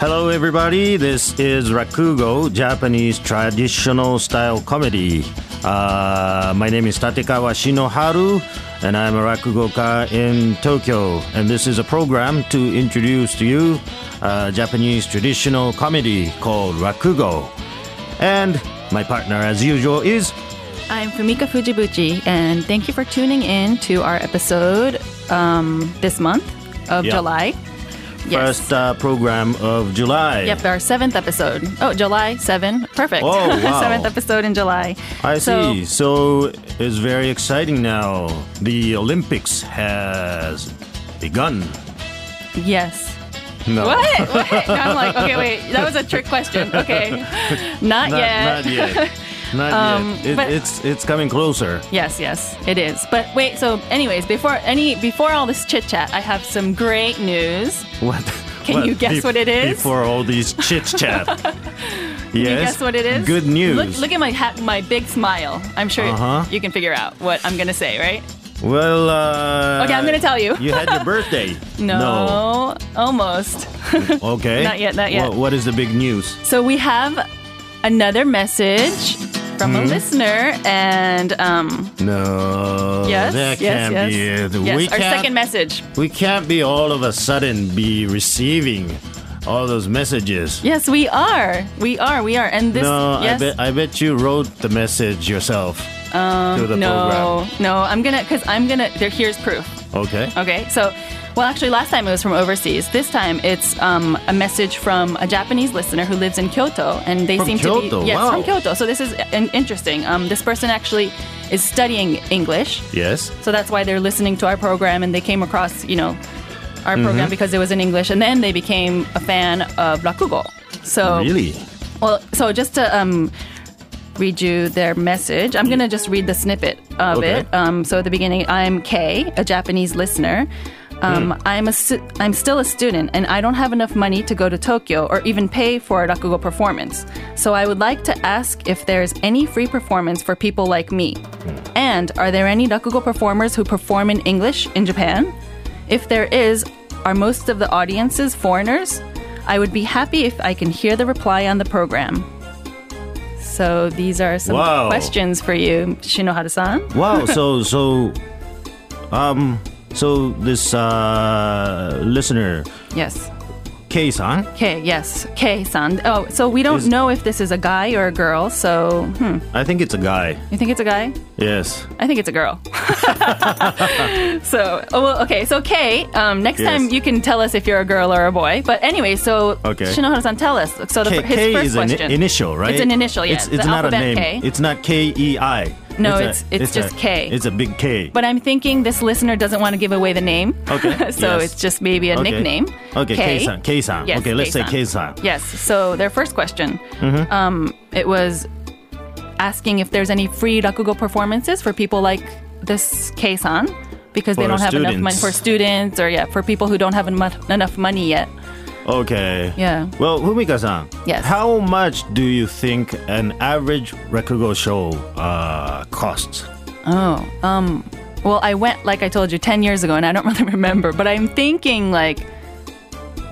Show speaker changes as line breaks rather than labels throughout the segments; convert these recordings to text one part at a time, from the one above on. Hello, everybody. This is Rakugo, Japanese traditional style comedy. Uh, my name is Tatekawa Shinoharu, and I'm a Rakugoka in Tokyo. And this is a program to introduce to you uh, Japanese traditional comedy called Rakugo. And my partner, as usual, is
I'm Fumika Fujibuchi, and thank you for tuning in to our episode um, this month of
Yeah.
July.
first uh, program of July.
Yep, our seventh episode. Oh, July seven. Perfect.
Oh, wow.
seventh episode in July.
I
So-
see. So it's very exciting now. The Olympics has begun.
Yes.
No.
What? what? No, I'm like, okay, wait. That was a trick question. Okay. Not,
Not
yet.
Not yet. Not
Um,
yet. It,
but-
it's it's coming closer.
Yes, yes, it is. But wait, so anyways, before any before all this chit chat, I have some great news.
What?
Can you guess what it is?
Before all these chit chat. yes.
Can you guess what it is?
Good news.
Look, look at my ha- my big smile. I'm sure
Uh-huh.
you can figure out what I'm gonna say, right?
Well. Uh,
Okay, I'm gonna tell you.
you had your birthday.
No, almost.
No. Okay.
Not yet, not yet.
Wha- what is the big news?
so we have another message from
Hmm?
a listener, and um,
No.
yes,
Oh, That
yes,
can't
yes,
be it.
yes.
we
our
can't,
second message.
We can't be all of a sudden be receiving all those messages.
Yes, we are. We are. We are. And this.
no,
yes.
I bet I bet you wrote the message yourself to the
Um, no, Uh, no, I'm gonna, cause I'm gonna. There, here's proof.
program. Okay.
Okay, so well, actually, last time it was from overseas. This time it's um, a message from a Japanese listener who lives in Kyoto, and they
From
seem to
Kyoto,
be yes
wow.
from Kyoto. So this is uh, in- interesting. Um, this person actually is studying English,
Yes.
so that's why they're listening to our program, and they came across you know our program because it was in English, and then they became a fan of Rakugo. So
Really?
well, so just to um, read you their message, I'm going to just read the snippet of
Okay.
it. Um, so at the beginning, I'm Kay, a Japanese listener. Um, I'm a stu- I'm still a student, and I don't have enough money to go to Tokyo or even pay for a rakugo performance. So I would like to ask if there's any free performance for people like me, and are there any rakugo performers who perform in English in Japan? If there is, are most of the audiences foreigners? I would be happy if I can hear the reply on the program. So these are some
Wow.
questions for you, Shinohara-san.
Wow. So so, um, so this uh, listener
Yes.
K-san,
K, yes. K-san. Oh, so we don't
Is-
know if this is a guy or a girl, so hmm.
I think it's a guy.
You think it's a guy?
Yes.
I think it's a girl. so, oh, well, okay. So, Kay, um, next
Yes.
time you can tell us if you're a girl or a boy. But anyway, so
Okay.
Shinohara-san, tell us. So, the,
K,
his
K
first
is an
question.
i- initial, right?
It's an initial, yeah.
It's, it's
The
not a
alphabet K.
name. It's not K E I.
No,
a-
it's- it's just
a-
K.
It's a big K.
But I'm thinking this listener doesn't want to give away the name.
Okay,
so
yes.
it's just maybe a
Okay.
nickname.
Okay,
K.
K-san, K-san.
Yes,
Okay, let's say
K-san.
K-san.
Yes. So their first question,
Mm-hmm.
um, it was asking if there's any free rakugo performances for people like this K-san because they
For
don't have enough money
students.
for students or yeah for people who don't have enough enough money yet.
Okay.
Yeah.
Well, Fumika-san.
Yes.
How much do you think an average rakugo show uh, costs?
Oh, um, well, I went like I told you ten years ago, and I don't really remember, but I'm thinking like,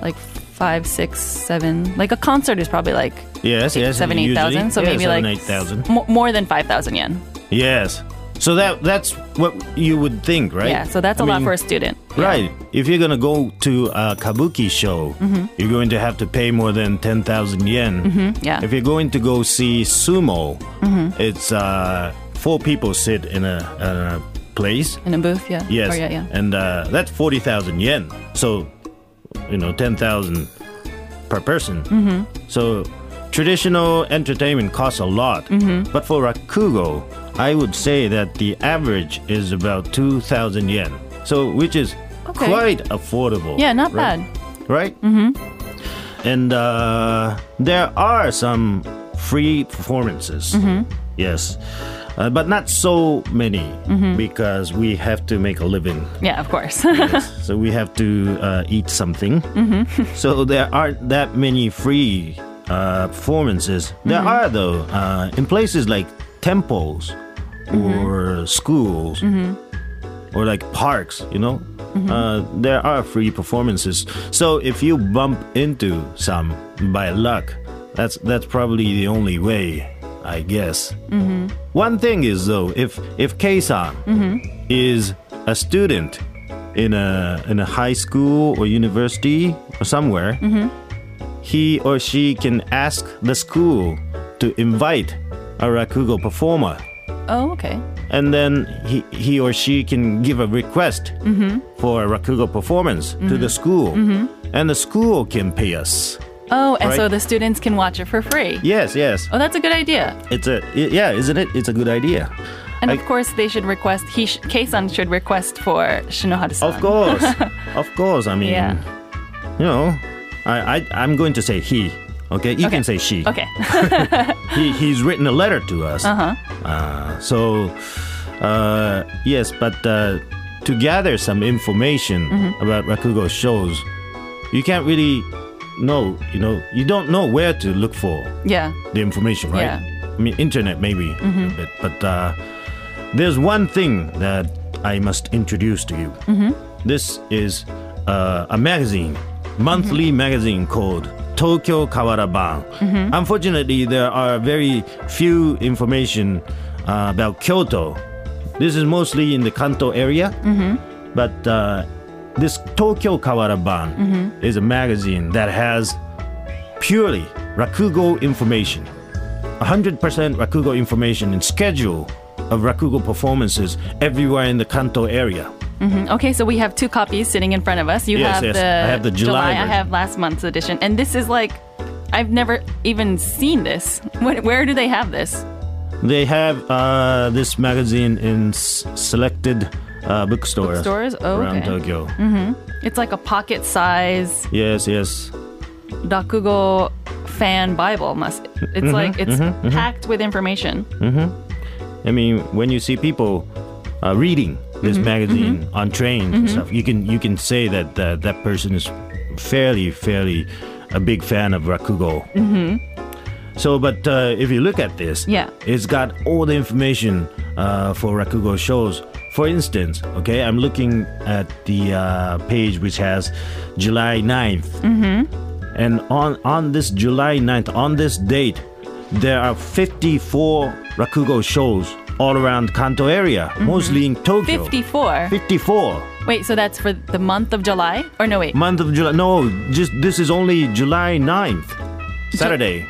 like five, six, seven. Like a concert is probably like
Yes, yes.
seven,
usually.
eight thousand. So
yeah,
maybe
seven,
like
eight thousand.
s- mo- more than five thousand yen.
Yes. So that that's what you would think, right?
Yeah, so that's a
a
lot for a student. Yeah.
Right. If you're gonna go to a kabuki show,
Mm-hmm.
you're going to have to pay more than ten thousand yen.
Yeah.
If you're going to go see sumo,
Mm-hmm.
it's uh, four people sit in a, in a place.
In a booth, yeah.
Yes.
Or, Oh, yeah, yeah.
And uh, that's forty thousand yen. So, you know, ten thousand per person. Mm-hmm. So, traditional entertainment costs a lot. Mm-hmm. But for rakugo, I would say that the average is about two thousand yen. So, which is
Okay.
quite affordable.
Yeah, not
right? bad. Right? Mm-hmm. And uh, there are some free performances. Yes. Uh, but not so many because we have to make a living.
Yeah, of course.
Yes. so we have to uh, eat something. so there aren't that many free uh, performances. There are though uh, in places like temples or schools or like parks. You know, uh, there are free performances. So if you bump into some by luck, that's that's probably the only way. I guess. One thing is though, if if Kaysan is a student in a in a high school or university or somewhere, he or she can ask the school to invite a rakugo performer,
oh, okay.
and then he he or she can give a request for a rakugo performance to the school, and the school can pay us.
Oh, and so
Right.
the students can watch it for free.
Yes, yes,
Oh, that's a good idea.
it's a i- yeah, isn't it? It's a good idea.
And
I-
of course, they should request. He, sh- Keisan should request for Shinohara-san.
Of course, of course. I mean,
Yeah.
you know, I, I I'm going to say he. Okay, you can say she.
Okay.
He, he's written a letter to us. Uh-huh. so, uh, yes, but uh, to gather some information about Rakugo shows, you can't really know. You know, you don't know where to look for
yeah.
the information, right?
Yeah.
I mean, internet maybe a bit, but uh, there's one thing that I must introduce to you. This is uh, a magazine, monthly magazine called Tokyo Kawaraban. Unfortunately, there are very few information uh, about Kyoto. This is mostly in the Kanto area, but uh, this Tokyo Kawaraban is a magazine that has purely Rakugo information. 100% Rakugo information and schedule of Rakugo performances everywhere in the Kanto area.
Mm, Okay, so we have two copies sitting in front of us. You
Yes,
have
yes.
the
I have the July
I
version.
have last month's edition, and this is like I've never even seen this. Where, where do they have this?
They have uh, this magazine in s- selected uh, bookstores,
Bookstores? Oh,
around
okay.
Tokyo.
It's like a pocket size
Yes, yes.
Rakugo fan Bible. Must it's like it's packed with information.
I mean, when you see people uh, reading this magazine on trains and stuff, you can you can say that uh, that person is fairly fairly a big fan of rakugo. Mm-hmm. So, but uh, if you look at this,
Yeah.
it's got all the information uh, for rakugo shows. For instance, okay, I'm looking at the uh, page which has July 9th. And on, on this July 9th, on this date, there are 54 Rakugo shows all around Kanto area,
Mm-hmm.
mostly in Tokyo.
Fifty-four.
54.
Wait, so that's for the month of July? Or no, wait,
Month of July. No, just this is only July 9th. Saturday.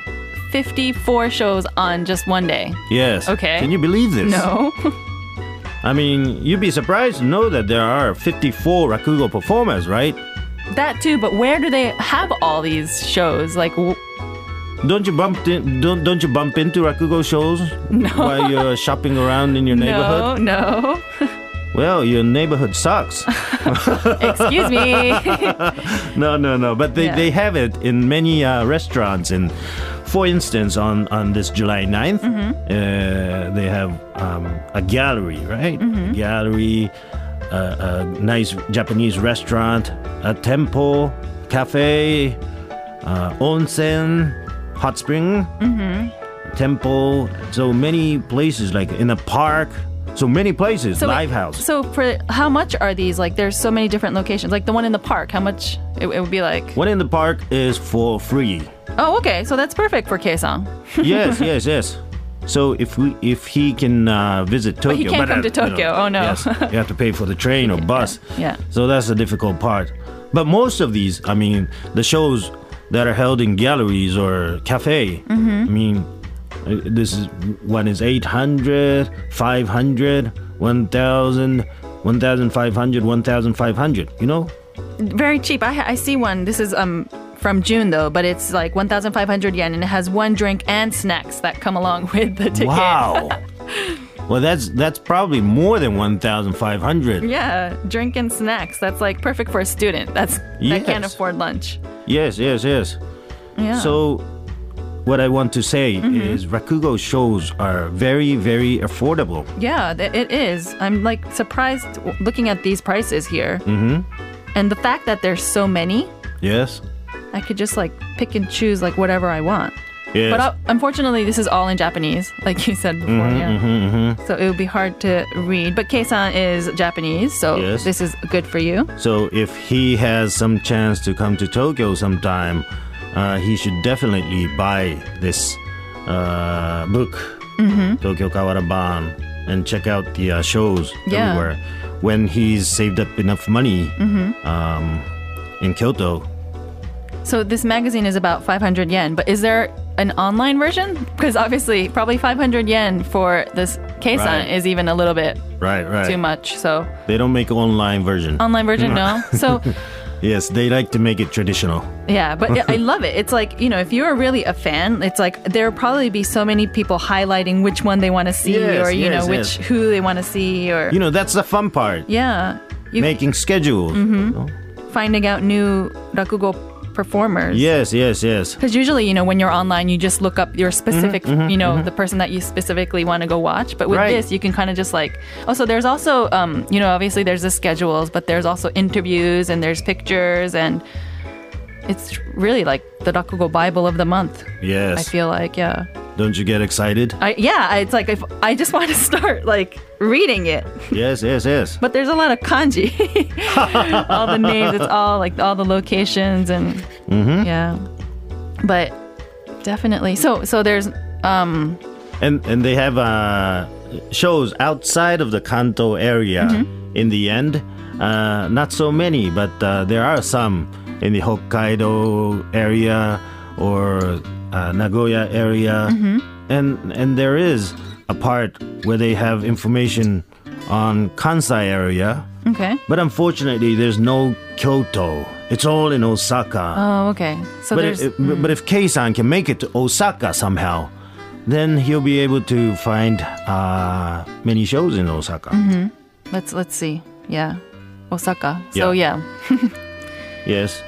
fifty-four shows on just one day.
Yes.
Okay.
Can you believe this?
No.
I mean, you'd be surprised to know that there are 54 Rakugo performers, right?
That too, but where do they have all these shows? Like, w-
Don't you bump in, don't don't you bump into Rakugo shows while you're shopping around in your neighborhood?
no, no.
Well, your neighborhood sucks.
Excuse me.
No, no, no. But they,
Yeah.
they have it in many uh, restaurants. And for instance, on, on this July 9th,
Mm-hmm.
uh, they have um, a gallery, right?
Mm-hmm.
gallery, uh, a nice Japanese restaurant, a temple, cafe, uh, onsen, hot spring,
Mm-hmm.
temple. So many places, like in a park. So many places,
So wait,
live house.
So for how much are these? Like, there's so many different locations. Like the one in the park, how much? It, it would be like.
One in the park is for free.
Oh, okay. So that's perfect for Kaesang.
yes, yes, yes. So if we if he can uh, visit Tokyo,
he can't come to
you
Tokyo. Oh, no.
yes, you have to pay for the train or bus.
yeah.
So that's the difficult part. But most of these, I mean, the shows that are held in galleries or cafe.
Mm-hmm.
I mean, uh, this is one is 800, 500, 1000, 1500, 1500, you know?
Very cheap. I, ha- I see one. This is um from June though, but it's like 1,500 yen, and it has one drink and snacks that come along with the ticket.
Wow. Well, that's that's probably more than 1,500.
Yeah, drink and snacks. That's like perfect for a student. That's that can't
Yes.
afford lunch.
Yes, yes, yes.
Yeah.
So, what I want to say
Mm-hmm.
is Rakugo shows are very, very affordable.
yeah, th- it is. I'm like surprised w- looking at these prices here. Mm-hmm. And the fact that there's so many,
Yes?
I could just like pick and choose like whatever I want.
Yes. Mm-hmm,
But uh, unfortunately, this is all in Japanese, like you said before. yeah. So it would be hard to read. But Keisan is Japanese, so
Yes.
this is good for you.
so, if he has some chance to come to Tokyo sometime, uh, he should definitely buy this uh, book,
Mm-hmm.
Tokyo Kawaraban, and check out the uh, shows
Yeah.
everywhere. When he's saved up enough money
Mm-hmm.
um, in Kyoto,
So this magazine is about 500 yen, but is there an online version? Because obviously, probably 500 yen for this Keisan
Right.
is even a little bit
right, right.
too much. Oh. So
They don't make online version.
online version, no.
Mm-hmm.
So
yes, they like to make it traditional.
yeah, but I I love it. It's like you know, if you're really a fan, it's like there will probably be so many people highlighting which one they want to see,
Yes,
or you
yes,
know,
yes.
which who they want to see, or
You know, that's the fun part.
yeah, you Mm-hmm.
Making schedules.
finding out new rakugo performers.
Yes, yes, yes.
Because usually, you know, when you're online, you just look up your specific, you know, the person that you specifically want to go watch. But with
Right.
this, you can kind of just like. Also, there's also, um, you know, obviously there's the schedules, but there's also interviews and there's pictures and it's really like the Rakugo Bible of the month. I
Yes.
feel like, yeah,
Don't you get excited?
I yeah, I- it's like if I just want to start like reading it,
yes, yes, yes.
but there's a lot of kanji, all the names, it's all like all the locations and
Mm-hmm.
yeah, but definitely. So so there's um
And and they have uh, shows outside of the Kanto area
Mm-hmm.
in the end. Uh, not so many, but uh, there are some in the Hokkaido area or uh, Nagoya area.
Mm-hmm.
And and there is a part where they have information on Kansai area.
okay.
But unfortunately, there's no Kyoto. It's all in Osaka.
Oh okay. So
but,
there's
if but if Keisan can make it to Osaka somehow, then he'll be able to find uh, many shows in Osaka.
Mm-hmm. let's let's see. Yeah, Osaka. So yeah,
Yes.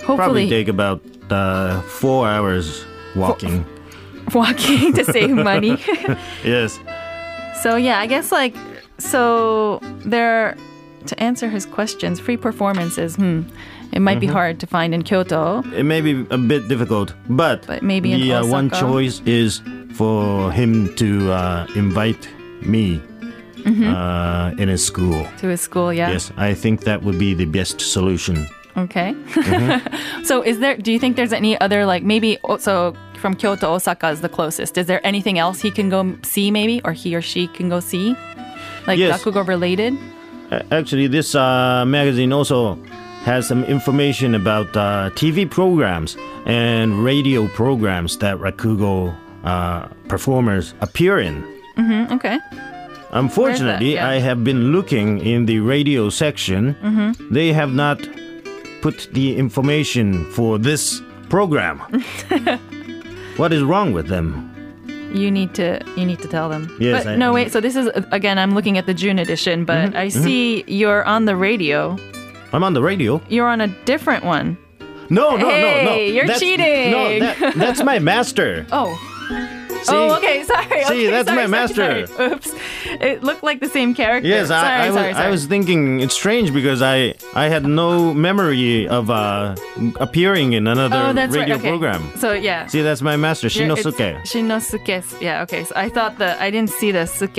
Probably
hopefully
take about uh, four hours walking.
walking to save money.
yes.
so yeah, I guess like so there to answer his questions, free performances. Hmm, it might
Mm-hmm.
be hard to find in Kyoto.
It may be a bit difficult, but,
But maybe in
the uh, one
Osaka.
choice is for him to uh, invite me uh, in his school.
To his school, Mm-hmm. yeah.
Yes, I think that would be the best solution.
Okay.
Mm-hmm.
so, is there? Do you think there's any other like maybe also from Kyoto, Osaka is the closest? Is there anything else he can go m- see maybe, or he or she can go see, like
Yes.
Rakugo related?
A- Actually, this uh, magazine also has some information about uh, TV programs and radio programs that Rakugo uh, performers appear in.
Mm, Okay.
Unfortunately,
Yeah.
I have been looking in the radio section.
Mm-hmm.
They have not put the information for this program. what is wrong with them?
You need to you need to tell them.
Yes,
But
I- Mm-hmm.
no, wait. So this is again. I'm looking at the June edition, but I see you're on the radio.
I'm on the radio.
You're on a different one.
No, no, no, no.
Hey, you're cheating.
No, that, that's my master.
Oh.
See?
Oh, okay. Sorry.
See,
okay,
that's
sorry,
my
sorry,
master.
sorry. Oops. It looked like the same character.
Yes,
sorry,
I, I, was,
sorry, sorry.
I was thinking it's strange because I I had no memory of uh, appearing in another
oh, that's
radio
right. Okay.
program.
So yeah.
See, that's my master
Yeah,
Shinosuke.
it's Shinosuke. Yeah, okay. So I thought the I didn't see the suke.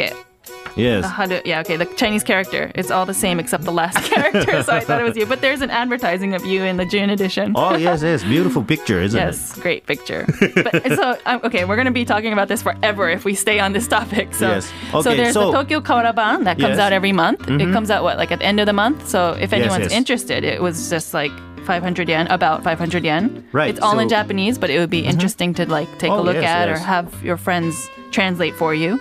Yes,
How do, yeah, okay. The Chinese character. It's all the same except the last character. so I thought it was you. But there's an advertising of you in the June edition.
oh yes, yes, beautiful picture, isn't
Yes, great picture. But, so, um, okay, we're going to be talking about this forever if we stay on this topic. So,
Yes.
so
Okay,
there's the
so-
Tokyo Kaoraban that comes
Yes. Mm-hmm.
out every month. It comes out, what, like at the end of the month? So, if anyone's
yes.
interested, it was just like 500 yen, about 500 yen.
Right,
It's all in
so- Mm-hmm.
Japanese, but it would be interesting to like take a
Oh,
look
yes,
at or
yes. Mm-hmm.
have your friends translate for you.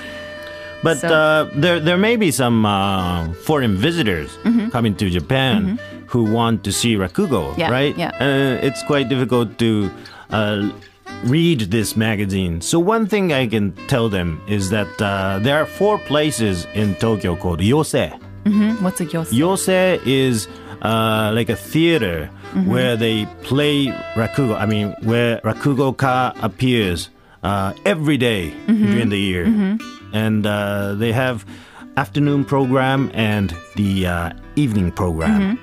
it? But
so-
uh, there there may be some uh, foreign visitors coming to Japan who want to see rakugo,
Mm-hmm. Yeah,
right?
yeah.
Uh, it's quite difficult to uh, read this magazine. So one thing I can tell them is that uh, there are four places in Tokyo called yosei.
Mm-hmm. What's a gyose?
Yosei is uh, like a theater where they play rakugo. I mean, where rakugo ka appears uh, every day during the year, and uh, they have afternoon program and the uh, evening program.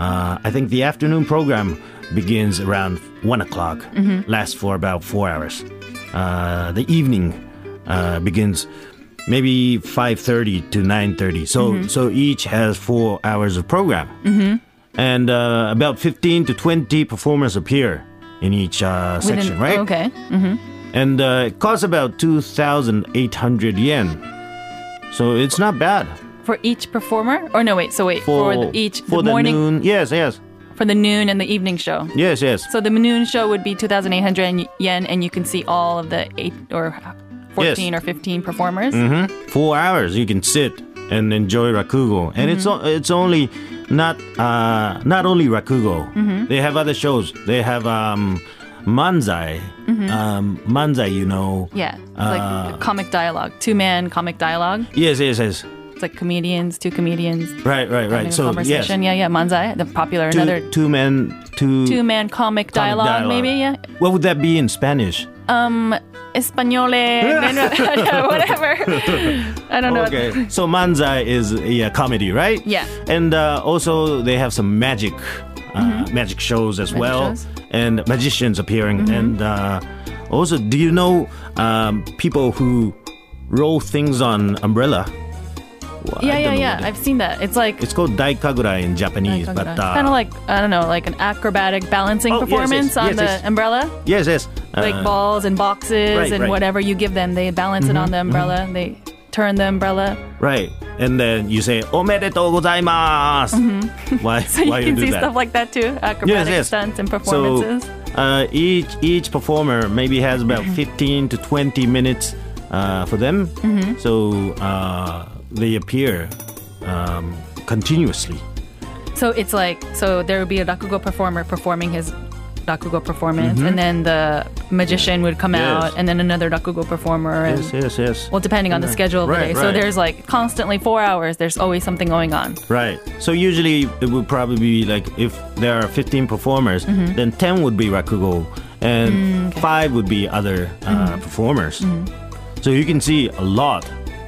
Uh, I think the afternoon program begins around one o'clock,
Mm-hmm.
lasts for about four hours. Uh, the evening uh, begins maybe five thirty to nine thirty. So
Mm-hmm.
so each has four hours of program, and uh, about fifteen to twenty performers appear in each uh,
With an-
section, right?
Okay.
And uh, it costs about two thousand eight hundred yen. So it's not bad
For each performer? Or no, wait, so wait. For, the, each, the
for the
morning,
noon. Yes, yes,
for the noon and the evening show.
yes, yes.
So the noon show would be 2,800 yen, and you can see all of the eight or 14 or 15 performers.
Mm-hmm. four hours you can sit and enjoy rakugo and it's
Mm-hmm.
o- it's only not uh not only rakugo
Mm-hmm.
they have other shows they have um manzai um manzai you know
Mm-hmm. Yeah. It's
Uh,
like comic dialogue, two man comic dialogue.
yes yes yes
It's like comedians, two comedians.
right right
having a
right so yes
conversation. Yeah, yeah. Manzai, the popular, another
two, two men two
two man comic, dialogue, maybe. Yeah.
what would that be in spanish
Um, Espanole, whatever. I don't know.
okay so manzai is yeah comedy right
Oh, Yeah.
and uh, also they have some magic uh, magic shows as well
Mm-hmm. shows. Mm-hmm.
and magicians appearing and uh, also do you know um, people who roll things on umbrella Well, I
Yeah, yeah,
don't know
yeah.
what it-
I've seen that. It's like
it's called daikagura in japanese but uh,
kind of like I don't know, like an acrobatic balancing
Oh, yes, yes,
performance on
yes,
the
yes.
umbrella,
yes yes
like
uh,
balls and boxes
right, Mm-hmm,
and
right.
whatever you give them. They balance it on the umbrella. They turn the umbrella.
right and then you say omedetou gozaimasu why
Mm-hmm. So
why
you
you
can
do
see
that
stuff like that too, acrobatic
yes.
stunts and
So
performances. Mm-hmm.
uh, each each performer maybe has about 15 to 20 minutes uh, for them.
Mm-hmm.
So uh, they appear um, continuously.
So it's like so there would be a rakugo performer performing his rakugo performance, and then the magician would come
Mm-hmm. Yes.
out, and then another rakugo performer. And,
Yes, yes, yes.
Well, depending on the schedule of the
Right,
day. So
right.
there's like constantly four hours. There's always something going on.
Right. So usually it would probably be like if there are 15 performers,
Mm-hmm.
then 10 would be rakugo and
Mm,
5 would be other uh,
Mm-hmm.
performers. So you can see a lot.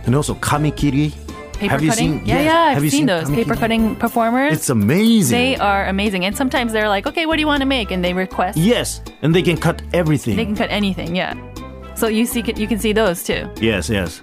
And also kamikiri.
Paper
Have
cutting?
you seen?
yeah,
yes.
yeah, I've
Have you
seen, those
kamikiri?
paper cutting performers.
It's amazing.
they are amazing. And sometimes they're like, okay, what do you want to make? And they request.
Yes, and they can cut everything.
They can cut anything. Yeah. So you see, you can see those too.
Yes, yes.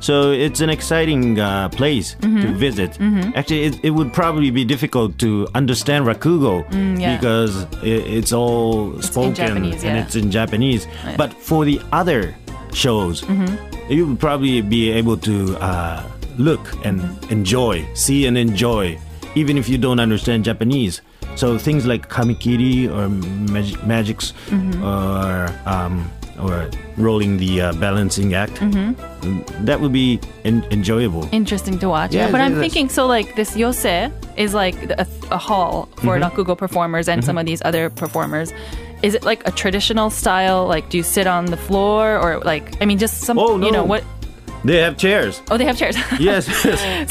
So it's an exciting uh, place
Mm-hmm.
to visit. Actually, it, it would probably be difficult to understand Rakugo
Mm, yeah.
because i it's all spoken
Japanese,
and
yeah. Oh,
it's in Japanese. But for the other shows,
Mm-hmm.
you would probably be able to uh, look and
Mm-hmm.
enjoy, see and enjoy, even if you don't understand Japanese. So things like kamikiri or mag- magics
Mm-hmm.
or um, or rolling the uh, balancing act,
Mm-hmm.
that would be en- enjoyable.
Interesting to watch.
Yeah,
but
it
I'm
is.
thinking so like this yose is like a, a hall for
Mm-hmm.
rakugo performers and some of these other performers. Is it like a traditional style? Like, do you sit on the floor or like? I mean, just some.
Oh,
You know
no.
what?
They have chairs.
Oh, they have chairs.
Yes, yes.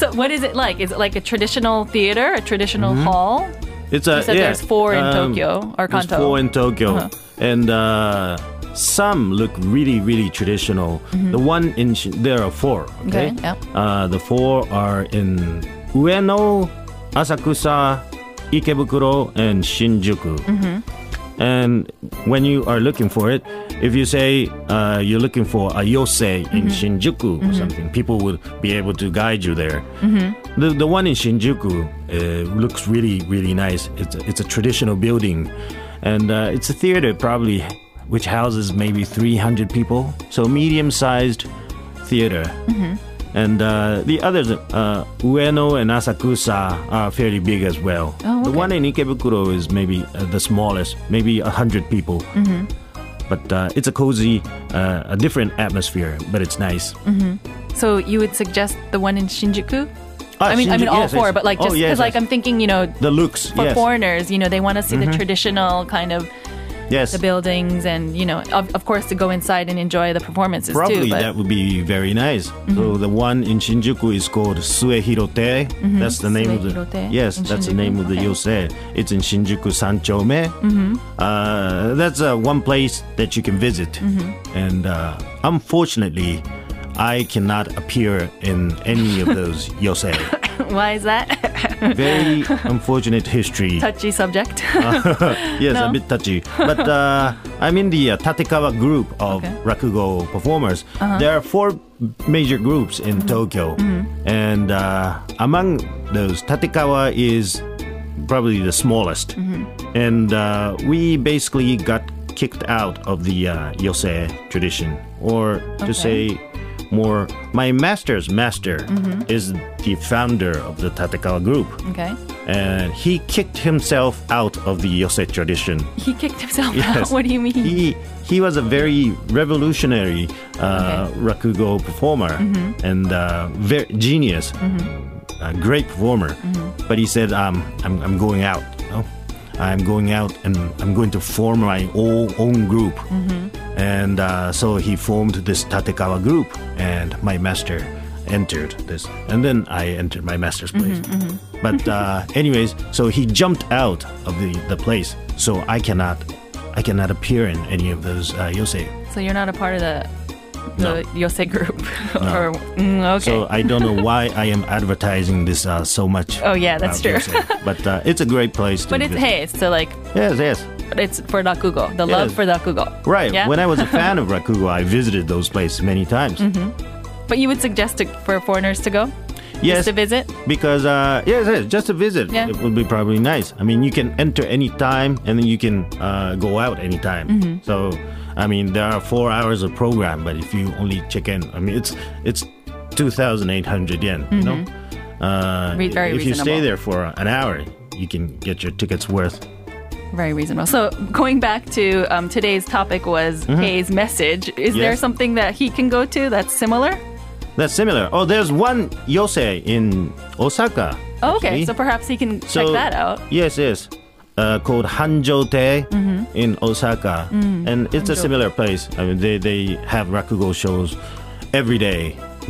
So what is it like? Is it like a traditional theater, a traditional hall?
It's a,
You said
Mm-hmm. yeah. Um,
there's four in Tokyo, or
there's
Kanto.
four in Tokyo, and uh, some look really, really traditional. The one in Shi- there are four.
Okay,
Okay,
yeah.
uh, the four are in Ueno, Asakusa, Ikebukuro, and Shinjuku. And when you are looking for it, if you say uh, you're looking for a yosei in Shinjuku or something, people would be able to guide you there. The, the one in Shinjuku uh, looks really, really nice. It's a, it's a traditional building, and uh, it's a theater probably which houses maybe 300 people, so medium sized theater.
Mm-hmm.
And uh, the others, uh, Ueno and Asakusa, are fairly big as well.
Oh,
The
okay.
one in Ikebukuro is maybe uh, the smallest, maybe 100 people.
Mm-hmm.
But uh, it's a cozy, uh, a different atmosphere, but it's nice.
Mm. So you would suggest the one in Shinjuku?
Ah,
I mean, I mean
Shinju-
all
yes,
four,
yes.
but like
Oh,
just because
yes,
like
yes.
I'm thinking, you know,
the looks
for
yes. Mm-hmm.
foreigners, you know, they want to see the traditional kind of
Yes.
the buildings, and you know, of, of course, to go inside and enjoy the performances
Probably
too. But Mm-hmm.
that would be very nice. So the one in Shinjuku is called Suehirote. That's the name of the
Mm-hmm. Suehirote
yes,
in
that's the
Shinjuku.
name of the
Okay.
yosei. It's in Shinjuku Sanchome. Mm-hmm. Uh, that's uh, one place that you can visit.
Mm-hmm.
And uh, unfortunately, I cannot appear in any of those yosei.
why is that
Very unfortunate history.
touchy subject?
yes, a
No.
bit touchy. But uh, I'm in the uh, Tatekawa group of
Okay. Uh-huh.
Rakugo performers. There are four major groups in
Mm-hmm.
Tokyo. And uh, among those, Tatekawa is probably the smallest.
Mm-hmm.
And uh, we basically got kicked out of the uh, Yosei tradition, or to
Okay.
say, more, my master's master
Mm-hmm.
is the founder of the Tatekawa group
okay,
and he kicked himself out of the Yosei tradition.
he kicked himself
Yes.
out. What do you mean?
He he was a very revolutionary uh,
Okay. Mm-hmm.
rakugo performer and uh, very genius, a great performer.
Mm-hmm.
But he said, um, "I'm I'm going out. you know? I'm going out, and I'm going to form my o- own group."
Mm-hmm.
And uh, so he formed this Tatekawa group, and my master entered this, and then I entered my master's place.
Mm-hmm,
But uh, anyways, so he jumped out of the, the place, so I cannot, I cannot appear in any of those uh, yosei.
so you're not a part of the the
No.
Yosei group, or mm, okay.
So I don't know why I am advertising this uh, so much.
Oh, yeah, that's
about
true.
yosei. but uh, it's a great place. To
but it's
visit.
hey, it's to like
Yes, yes.
it's for rakugo, the love
Yes.
for rakugo.
Right.
Yeah?
When I was a fan of rakugo, I visited those places many times.
Mm-hmm. But you would suggest to, for foreigners to go?
Yes.
Just to visit?
because uh yes, yes just a visit
Yeah.
it would be probably nice i mean you can enter anytime and then you can uh, go out anytime
Mm-hmm.
so i mean there are four hours of program but if you only check in i mean it's it's 2800 yen you know uh,
Re- Mm-hmm. very
if you stay
reasonable.
there for an hour you can get your tickets worth
Very reasonable. So, going back to um, today's topic was Kay's message. Is there
Mm-hmm. Yes.
something that he can go to that's similar?
that's similar oh there's one yosei in osaka
Oh, okay,
actually.
so perhaps he can check that out.
Yes, yes. Uh, called Hanjo Te
Mm-hmm.
in Osaka,
Mm.
and it's a similar place. I mean, they they have rakugo shows every day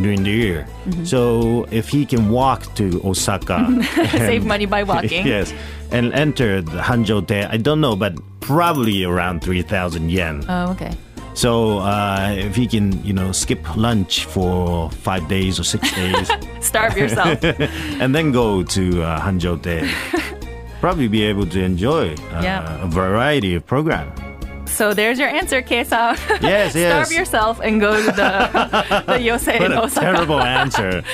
during the year.
Mm-hmm.
So if he can walk to Osaka,
Save
and-
money by walking.
yes, and enter the Hanjo Te, I don't know, but probably around three thousand yen.
Oh, okay.
so uh, if he can, you know, skip lunch for five days or six days,
Starve yourself.
and then go to uh, Hanzhou Day. Probably be able to enjoy uh,
Yeah.
a variety of program.
so, there's your answer, Kay Sao.
Yes, yes.
Starve yourself and go to the, the Yosei
What
in
a
Osaka.
terrible answer.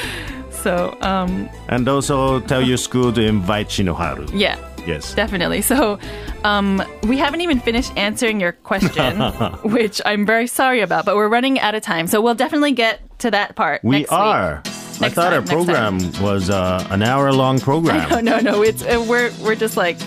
So, um,
And also tell your school to invite Shinoharu.
yeah.
Yes.
Definitely. So, um, we haven't even finished answering your question, which I'm very sorry about, but we're running out of time. So we'll definitely get to that part.
we
next week.
are. I
Next
thought
time,
our
next time.
program was uh, an hour long program.
No, no, no. It's uh, we're we're just like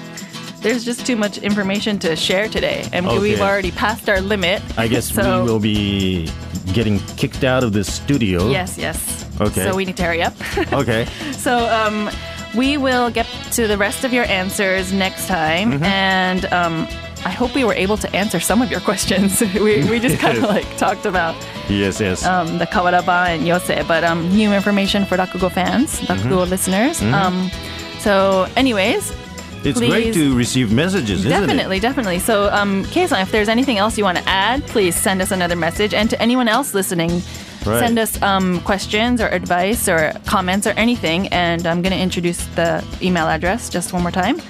there's just too much information to share today, and we- we've
Okay.
already passed our limit.
I guess
so.
we will be getting kicked out of this studio.
Yes, yes.
Okay.
So we need to hurry up.
Okay.
So um, we will get to the rest of your answers next time,
Mm-hmm.
and um, I hope we were able to answer some of your questions. we, we just kind of like talked about
Yes, yes.
um, the Kawaraba and Yose, but um, new information for Rakugo fans,
Mm-hmm.
Rakugo listeners. Um, so, anyways,
it's great
please-
to receive messages, isn't
definitely, definitely. So, um, Keisan, if there's anything else you want to add, please send us another message. And to anyone else listening,
Right.
send us um, questions or advice or comments or anything. And I'm going to introduce the email address just one more time.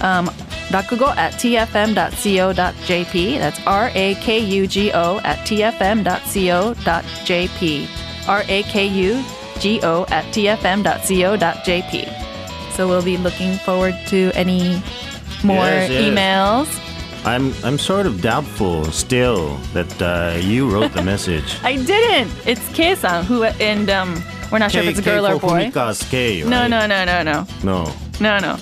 Um, rakugo at tfm.co.jp. That's R A K U G O at tfm.co.jp. R A K U G O at tfm.co.jp. So we'll be looking forward to any more
Yes, yes.
emails.
it? I'm, I'm sort of doubtful still that uh, you wrote the message.
I didn't. It's Kei-san who and um, we're not sure if it's a girl or
for
boy.
Fumika's K,
No,
right?
no, no, no, no,
No.
no, no.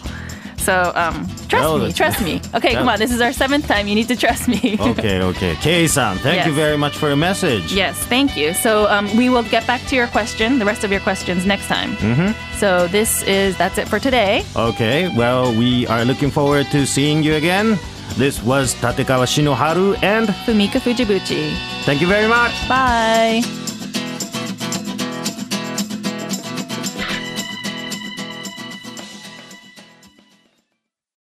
So um, trust
No,
me,
that's-
trust me. Okay, come
Yeah.
on. This is our seventh time. You need to trust me.
Okay, okay. Kei-san, thank
Yes.
you very much for your message.
Yes, thank you. So um, we will get back to your question, the rest of your questions next time. Mm-hmm. So this is that's it for today.
Okay, well, we are looking forward to seeing you again. This was Tatekawa Shinoharu, and
Fumika Fujibuchi.
thank you very much.
Bye.